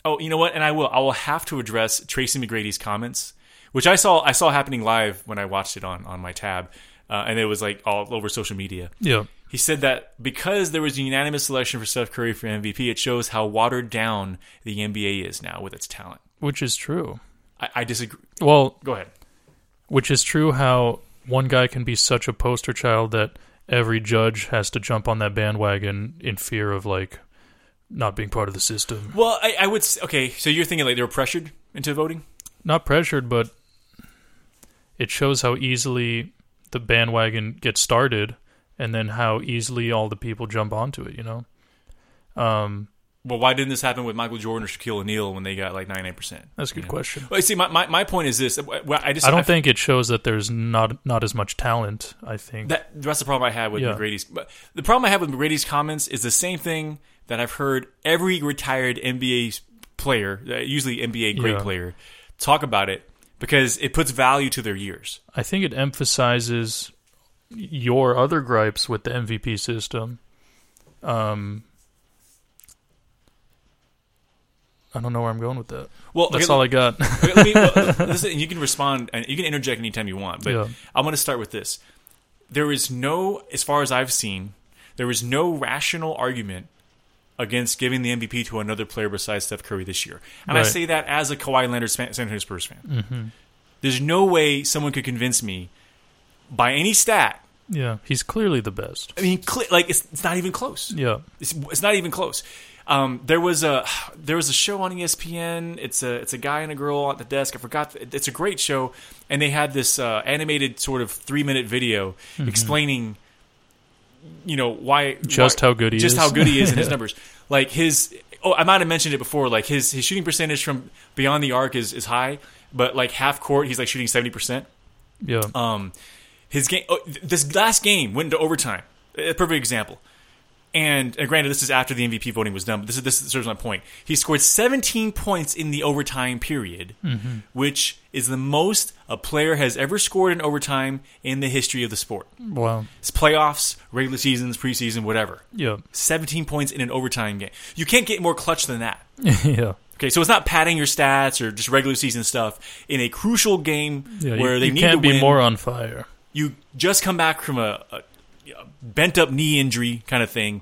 S2: oh, you know what? And I will. I will have to address Tracy McGrady's comments, which I saw. I saw happening live when I watched it on on my tab, uh, and it was like all over social media.
S1: Yeah.
S2: He said that because there was a unanimous selection for Steph Curry for MVP, it shows how watered down the NBA is now with its talent.
S1: Which is true.
S2: I, I disagree.
S1: Well,
S2: Go ahead.
S1: which is true how one guy can be such a poster child that every judge has to jump on that bandwagon in fear of like not being part of the system
S2: Well, I, I would. s- Okay, so you're thinking like they were pressured into voting.
S1: not pressured but it shows how easily the bandwagon gets started and then how easily all the people jump onto it you know um
S2: Well, why didn't this happen with Michael Jordan or Shaquille O'Neal when they got like 99 percent?
S1: that's a good question
S2: Well, you see, my, my, my point is this. Well, I just
S1: i don't think it shows that there's not not as much talent i think
S2: That that's the problem I had with
S1: Yeah.
S2: McGrady's. But the problem I have with McGrady's comments is the same thing that I've heard every retired NBA player, uh, usually NBA great
S1: Yeah.
S2: player, talk about it because it puts value to their years.
S1: I think it emphasizes your other gripes with the MVP system. Um, I don't know where I'm going with that.
S2: Well,
S1: That's
S2: okay,
S1: all I got.
S2: okay, let me, well, listen, you can respond and you can interject anytime you want, but
S1: Yeah.
S2: I want to start with this. there is no, as far as I've seen, there is no rational argument against giving the MVP to another player besides Steph Curry this year. And I
S1: Right. Mm-hmm.
S2: say that as a Kawhi Leonard San San Antonio Spurs fan. There's no way someone could convince me by any stat.
S1: Yeah, he's clearly the best.
S2: I mean, cl- like it's, it's not even close.
S1: Yeah,
S2: It's, it's not even close. Um, there was a there was a show on E ESPN. It's a it's a guy and a girl at the desk. I forgot. It's a great show, and they had this uh, animated sort of three minute video
S1: Mm-hmm.
S2: explaining, you know, why
S1: just
S2: why,
S1: how good he
S2: just
S1: is.
S2: how good he is in his numbers. Like his oh, I might have mentioned it before. Like his his shooting percentage from beyond the arc is is high, but like half court, he's like shooting seventy percent.
S1: yeah,
S2: Um, his game. Oh, th- this last game went into overtime. A perfect example. And, and granted, this is after the MVP voting was done, but this is this serves my point. He scored 17 points in the overtime period,
S1: Mm-hmm.
S2: which is the most a player has ever scored in overtime in the history of the sport.
S1: wow.
S2: It's playoffs, regular seasons, preseason, whatever.
S1: Yeah,
S2: 17 points in an overtime game. You can't get more clutch than that.
S1: yeah.
S2: Okay, so it's not padding your stats or just regular season stuff. In a crucial game
S1: Yeah,
S2: where
S1: you,
S2: they
S1: you
S2: need
S1: can't
S2: to
S1: be
S2: win,
S1: more on fire.
S2: you just come back from a, a a bent up knee injury kind of thing.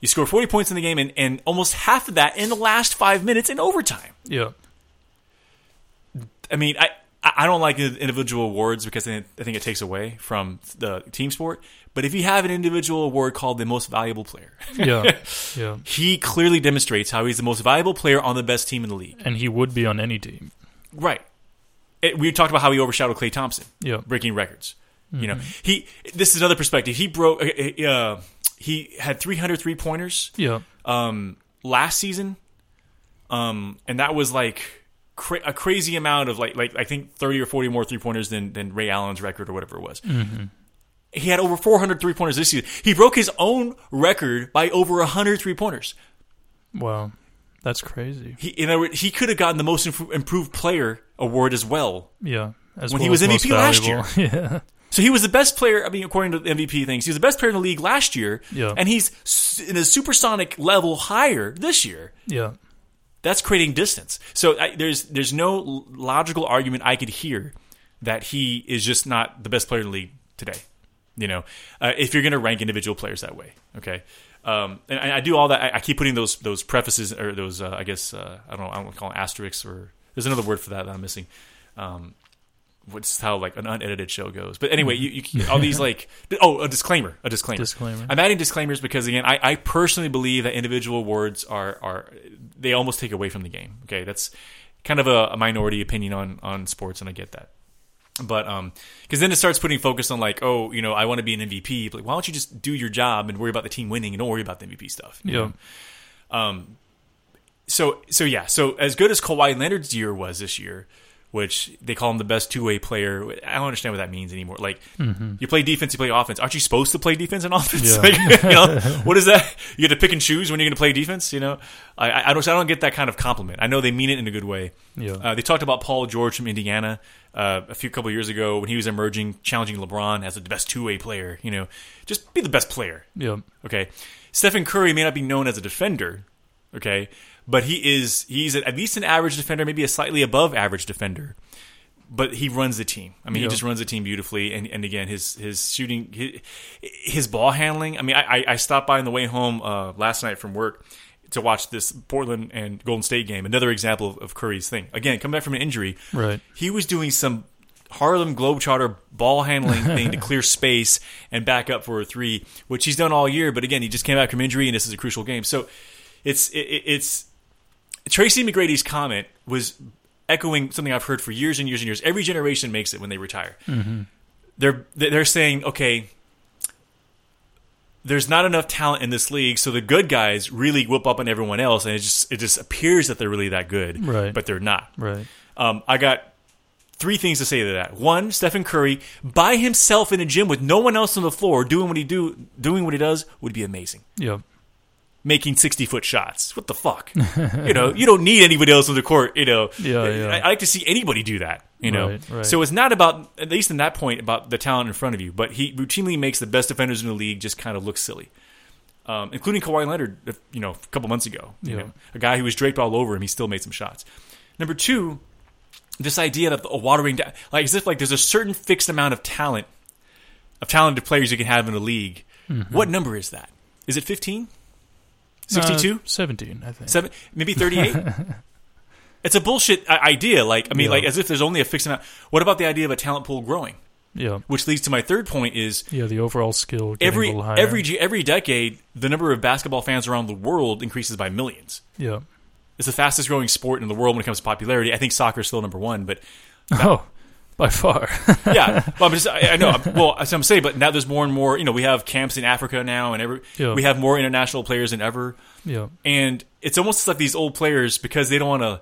S2: You score 40 points in the game and, and almost half of that in the last five minutes in overtime.
S1: Yeah,
S2: I mean, I, I I don't like individual awards because I think- I think it takes away from the team sport. But if you have an individual award called the most valuable player,
S1: yeah, yeah.
S2: he clearly demonstrates how he's the most valuable player on the best team in the league.
S1: And he would be on any team.
S2: Right. It, we talked about how he overshadowed Clay Thompson.
S1: Yeah,
S2: breaking records. You know, he. This is another perspective. He broke. uh, Uh, he had 300 three pointers
S1: yeah,
S2: um, last season, um, and that was like cra- a crazy amount of like like I think 30 or 40 more three pointers than than Ray Allen's record or whatever it was. He had over 400 three pointers this season. He broke his own record by over 100 three pointers.
S1: wow. That's crazy.
S2: He in other words, he could have gotten the most Im- improved player award as well
S1: Yeah. As
S2: When
S1: well
S2: he was
S1: as most
S2: MVP last
S1: valuable. yeah.
S2: So he was the best player. I mean, according to the MVP things, he was the best player in the league last year,
S1: Yeah.
S2: and he's s- in a supersonic level higher this year.
S1: Yeah.
S2: That's creating distance. So I, there's there's no l- logical argument I could hear that he is just not the best player in the league today. You know, uh, if you're going to rank individual players that way, okay. Um, and I, I do all that. I, I keep putting those those prefaces or those uh, I guess uh, I don't know, I don't wanna call them asterisks or there's another word for that that I'm missing. Um, what's how like an unedited show goes. But anyway, you, you all these like oh a disclaimer, a disclaimer,
S1: Disclaimer.
S2: I'm adding disclaimers because again, I, I personally believe that individual awards are are they almost take away from the game. Okay, that's kind of a, a minority opinion on on sports, and I get that. But um, because then it starts putting focus on like, oh, you know, I want to be an MVP. Like, why don't you just do your job and worry about the team winning and don't worry about the MVP stuff? you
S1: Yeah.
S2: know? so so yeah, so as good as Kawhi Leonard's year was this year, which they call him the best two way player. I don't understand what that means anymore. Like you play defense, you play offense. Aren't you supposed to play defense and offense?
S1: Mm-hmm. Yeah.
S2: Like, you know, what is that? You get to pick and choose when you're going to play defense. You know, I, I I don't I don't get that kind of compliment. I know they mean it in a good way.
S1: Yeah.
S2: Uh, they talked about Paul George from Indiana uh, a few couple years ago when he was emerging, challenging LeBron as the best two way player. You know, just be the best player.
S1: Yeah.
S2: Okay. Stephen Curry may not be known as a defender, okay, but he is he's at least an average defender, maybe a slightly above average defender. But he runs the team. I mean, he
S1: Yeah.
S2: just runs the team beautifully. And, and again, his his shooting, his, his ball handling. I mean, I, I- I stopped by on the way home uh, last night from work to watch this Portland and Golden State game. Another example of, of Curry's thing. Again, come back from an injury,
S1: Right.
S2: he was doing some Harlem Globetrotter ball handling thing to clear space and back up for a three, which he's done all year. But again, he just came back from injury, and this is a crucial game. So it's it, it- it's Tracy McGrady's comment was echoing something I've heard for years and years and years. Every generation makes it when they retire.
S1: Mm-hmm.
S2: They're they're saying, okay, there's not enough talent in this league, so the good guys really whoop up on everyone else, and it just it just appears that they're really that good,
S1: Right.
S2: but they're not.
S1: Right.
S2: Um, I got three things to say to that. One, Stephen Curry by himself in a gym with no one else on the floor doing what he do doing what he does would be amazing.
S1: Yeah.
S2: Making sixty foot shots. What the fuck? you know, you don't need anybody else on the court. You know,
S1: Yeah,
S2: I,
S1: yeah.
S2: I like to see anybody do that. You know,
S1: Right, right.
S2: so it's not about at least in that point about the talent in front of you, but he routinely makes the best defenders in the league just kind of look silly. Um, including Kawhi Leonard, if- you know, a couple months ago, you
S1: Yeah.
S2: know, a guy who was draped all over him, he still made some shots. Number two, this idea that a watering down, like as if like there's a certain fixed amount of talent of talented players you can have in a league.
S1: Mm-hmm.
S2: What number is that? Is it 15?
S1: Uh,
S2: 62?
S1: 17, I think.
S2: Seven, maybe 38? it's a bullshit i- idea. Like, I mean,
S1: Yeah.
S2: like as if there's only a fixed amount. What about the idea of a talent pool growing?
S1: yeah.
S2: Which leads to my third point is
S1: Yeah, the overall skill getting a
S2: every
S1: little higher.
S2: every ge- every decade, the number of basketball fans around the world increases by millions.
S1: yeah.
S2: It's the fastest growing sport in the world when it comes to popularity. I think soccer is still number one, but
S1: Oh, by far.
S2: yeah. Well, I'm just, I, I know. I'm- Well, that's what I'm saying. But now there's more and more. You know, we have camps in Africa now, and every
S1: Yeah.
S2: we have more international players than ever.
S1: yeah.
S2: And it's almost like these old players because they don't want to,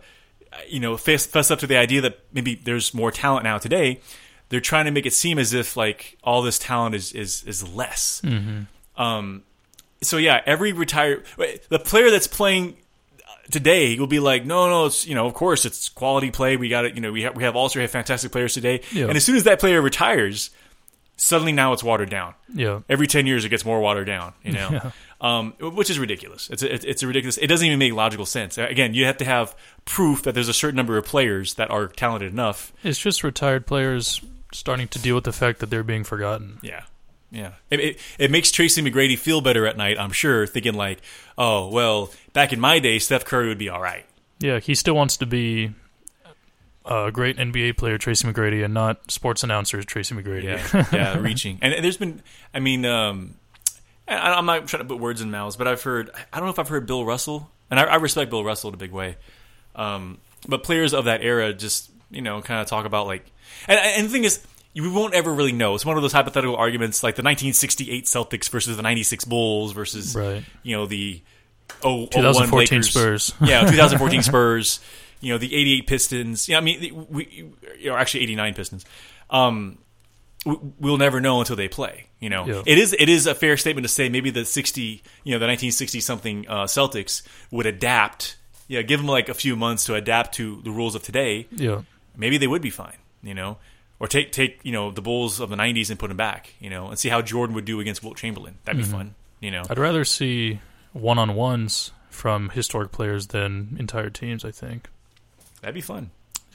S2: you know, fess, fess up to the idea that maybe there's more talent now today. They're trying to make it seem as if like all this talent is is is less. Um. So yeah, every retired wait, the player that's playing today will be like, no, no, it's you know, of course it's quality play. We got it. You know, we have we have also have fantastic players today.
S1: Yeah.
S2: And as soon as that player retires, suddenly now it's watered down.
S1: Yeah.
S2: Every ten years it gets more watered down. You know, um, which is ridiculous. It's a, it's a ridiculous. It doesn't even make logical sense. Again, you have to have proof that there's a certain number of players that are talented enough.
S1: It's just retired players starting to deal with the fact that they're being forgotten.
S2: Yeah. Yeah, it, it, it makes Tracy McGrady feel better at night. I'm sure, thinking like, "Oh well, back in my day, Steph Curry would be all right."
S1: Yeah, he still wants to be a great NBA player, Tracy McGrady, and not sports announcer, Tracy McGrady.
S2: Yeah, yeah, reaching. And there's been, I mean, um, I, I'm not trying to put words in mouths, but I've heard, I don't know if I've heard Bill Russell, and I, I respect Bill Russell in a big way, um, but players of that era just, you know, kind of talk about like, and, and the thing is, we won't ever really know. It's one of those hypothetical arguments, like the 1968 Celtics versus the 96 Bulls versus,
S1: Right.
S2: you know, the oh,
S1: 2014
S2: Lakers.
S1: Spurs.
S2: yeah, 2014 Spurs. You know, the 88 Pistons. Yeah, I mean, the- we you know, actually 89 Pistons. Um, we, we'll never know until they play. You know,
S1: Yeah.
S2: it is it is a fair statement to say maybe the 60, you know, the 1960 something uh, Celtics would adapt. Yeah, give them like a few months to adapt to the rules of today.
S1: Yeah.
S2: Maybe they would be fine. You know, or take take you know the Bulls of the 90s and put them back. You know, and see how Jordan would do against Wilt Chamberlain. That'd
S1: Mm-hmm.
S2: be fun. You know,
S1: I'd rather see one on ones from historic players than entire teams, I think.
S2: that'd be fun.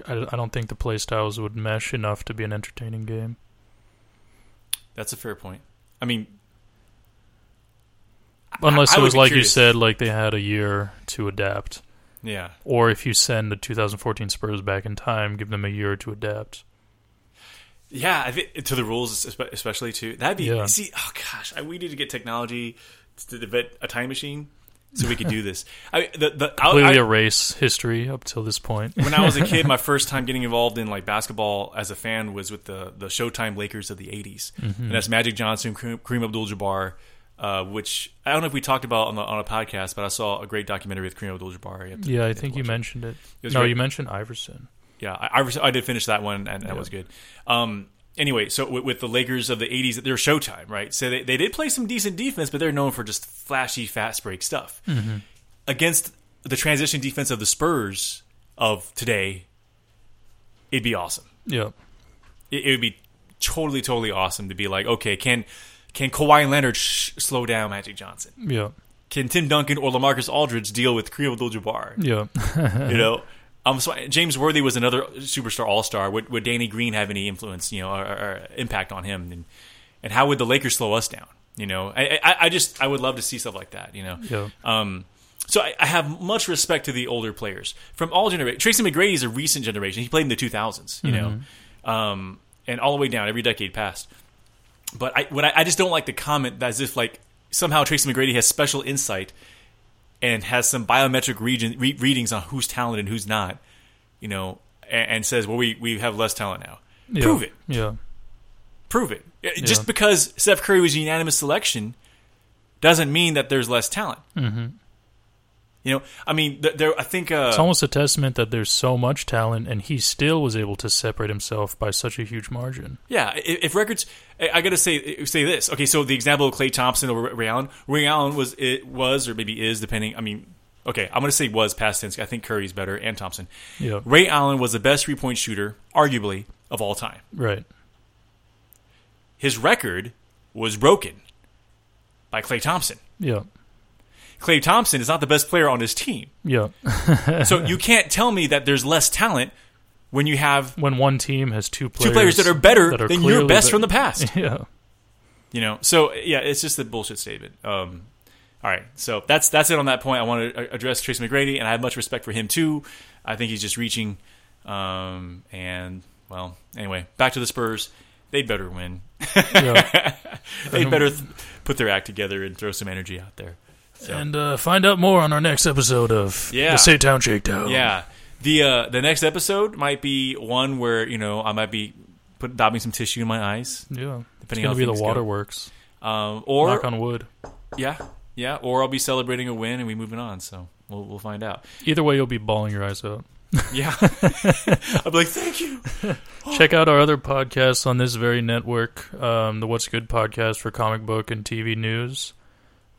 S1: I, I don't think the play styles would mesh enough to be an entertaining game.
S2: That's a fair point. I mean,
S1: Unless
S2: I
S1: it
S2: would
S1: was
S2: be
S1: like
S2: curious.
S1: you said, like they had a year to adapt.
S2: yeah.
S1: Or if you send the 2014 Spurs back in time, give them a year to adapt.
S2: Yeah, I think to the rules, espe- especially too. That'd be
S1: Yeah.
S2: see. Oh gosh, I, we need to get technology to develop a time machine so we could do this. I the the I-
S1: Completely
S2: Oh, I-
S1: erase history up till this point.
S2: when I was a kid, my first time getting involved in like basketball as a fan was with the the Showtime Lakers of the '80s, and that's Magic Johnson, Kareem Kareem Abdul-Jabbar. Uh, which I don't know if we talked about on, the, on a podcast, but I saw a great documentary with Kareem Abdul-Jabbar. You have to-
S1: Yeah, I
S2: have to
S1: think you
S2: watch it.
S1: mentioned it.
S2: was
S1: no,
S2: great.
S1: you mentioned Iverson.
S2: yeah, I, I, was- I did finish that one, and that was good. Um, anyway, so with, with the Lakers of the '80s, they're Showtime, right? So they, they did play some decent defense, but they're known for just flashy fast break stuff. Against the transition defense of the Spurs of today, it'd be awesome.
S1: Yeah.
S2: It, it would be totally, totally awesome to be like, okay, can can Kawhi Leonard sh- slow down Magic Johnson?
S1: Yeah.
S2: Can Tim Duncan or LaMarcus Aldridge deal with Kareem Abdul-Jabbar?
S1: Yeah.
S2: you know. Um, so James Worthy was another superstar all star. Would, would Danny Green have any influence, you know, or, or, or impact on him? And and how would the Lakers slow us down? You know, I, I I just I would love to see stuff like that. You know,
S1: Yeah.
S2: um, so I, I have much respect to the older players from all generations. Tracy McGrady is a recent generation. He played in the 2000s, you know, um, and all the way down, every decade passed. But I, what I, I just don't like the comment that as if like somehow Tracy McGrady has special insight and has some biometric region, re- readings on who's talented and who's not, you know, and, and says, well, we, we have less talent now.
S1: Yeah.
S2: Prove it Uh,
S1: Yeah.
S2: prove it. Just
S1: Yeah.
S2: because Steph Curry was a unanimous selection doesn't mean that there's less talent. Mm-hmm. You know, I mean, th- there. I think uh,
S1: It's almost a testament that there's so much talent and he still was able to separate himself by such a huge margin.
S2: Yeah, i- if records, I I gotta say say this. Okay, so the example of Clay Thompson over Ray Allen. Ray Allen was it was or maybe is depending. I mean, okay, I'm gonna say was past tense. I think Curry's better and Thompson.
S1: Yeah.
S2: Ray Allen was the best three point shooter, arguably of all time.
S1: Right.
S2: His record was broken by Clay Thompson.
S1: Yeah.
S2: Clay Thompson is not the best player on his team,
S1: Yeah.
S2: so you can't tell me that there's less talent when you have
S1: When one team has two players,
S2: two players that are better
S1: that are
S2: than your
S1: clearly
S2: best
S1: be-
S2: from the past.
S1: Yeah.
S2: You know, so yeah, it's just a bullshit statement. Um, all right, so that's that's it on that point. I want to a- address Tracy McGrady, and I have much respect for him too. I think he's just reaching. Um, and well, anyway, back to the Spurs. They'd better win.
S1: Yeah.
S2: They'd better th- put their act together and throw some energy out there. So.
S1: and uh, find out more on our next episode of
S2: Yeah.
S1: the State Town Shakedown.
S2: Yeah. The uh, the next episode might be one where you know I might be put dabbing some tissue in my eyes,
S1: yeah. It's
S2: depending
S1: gonna
S2: on
S1: be
S2: how
S1: the
S2: things
S1: waterworks.
S2: Go. Um, or
S1: Knock on wood.
S2: yeah, yeah, or I'll be celebrating a win and we moving on. So we'll we'll find out.
S1: Either way, you'll be bawling your eyes out.
S2: Yeah, I'll be like, thank you.
S1: Check out our other podcasts on this very network, um, the What's Good podcast for comic book and TV news.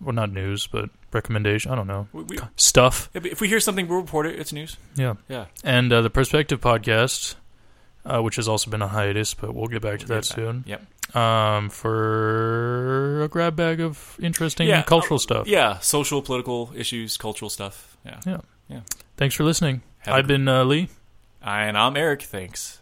S1: Well, not news, but recommendation. I don't know
S2: We, we,
S1: stuff.
S2: if we hear something, we'll report it. It's news.
S1: Yeah,
S2: Yeah.
S1: and uh, the Perspective podcast, uh, which has also been on hiatus, but we'll get back to
S2: We'll
S1: that
S2: get back.
S1: soon.
S2: Yep.
S1: Um, for a grab bag of interesting
S2: Yeah,
S1: cultural
S2: uh,
S1: stuff.
S2: Yeah, social, political issues, cultural stuff. Yeah.
S1: Thanks for listening.
S2: Have a
S1: I've
S2: good-
S1: been uh, Lee.
S2: And I'm Eric. Thanks.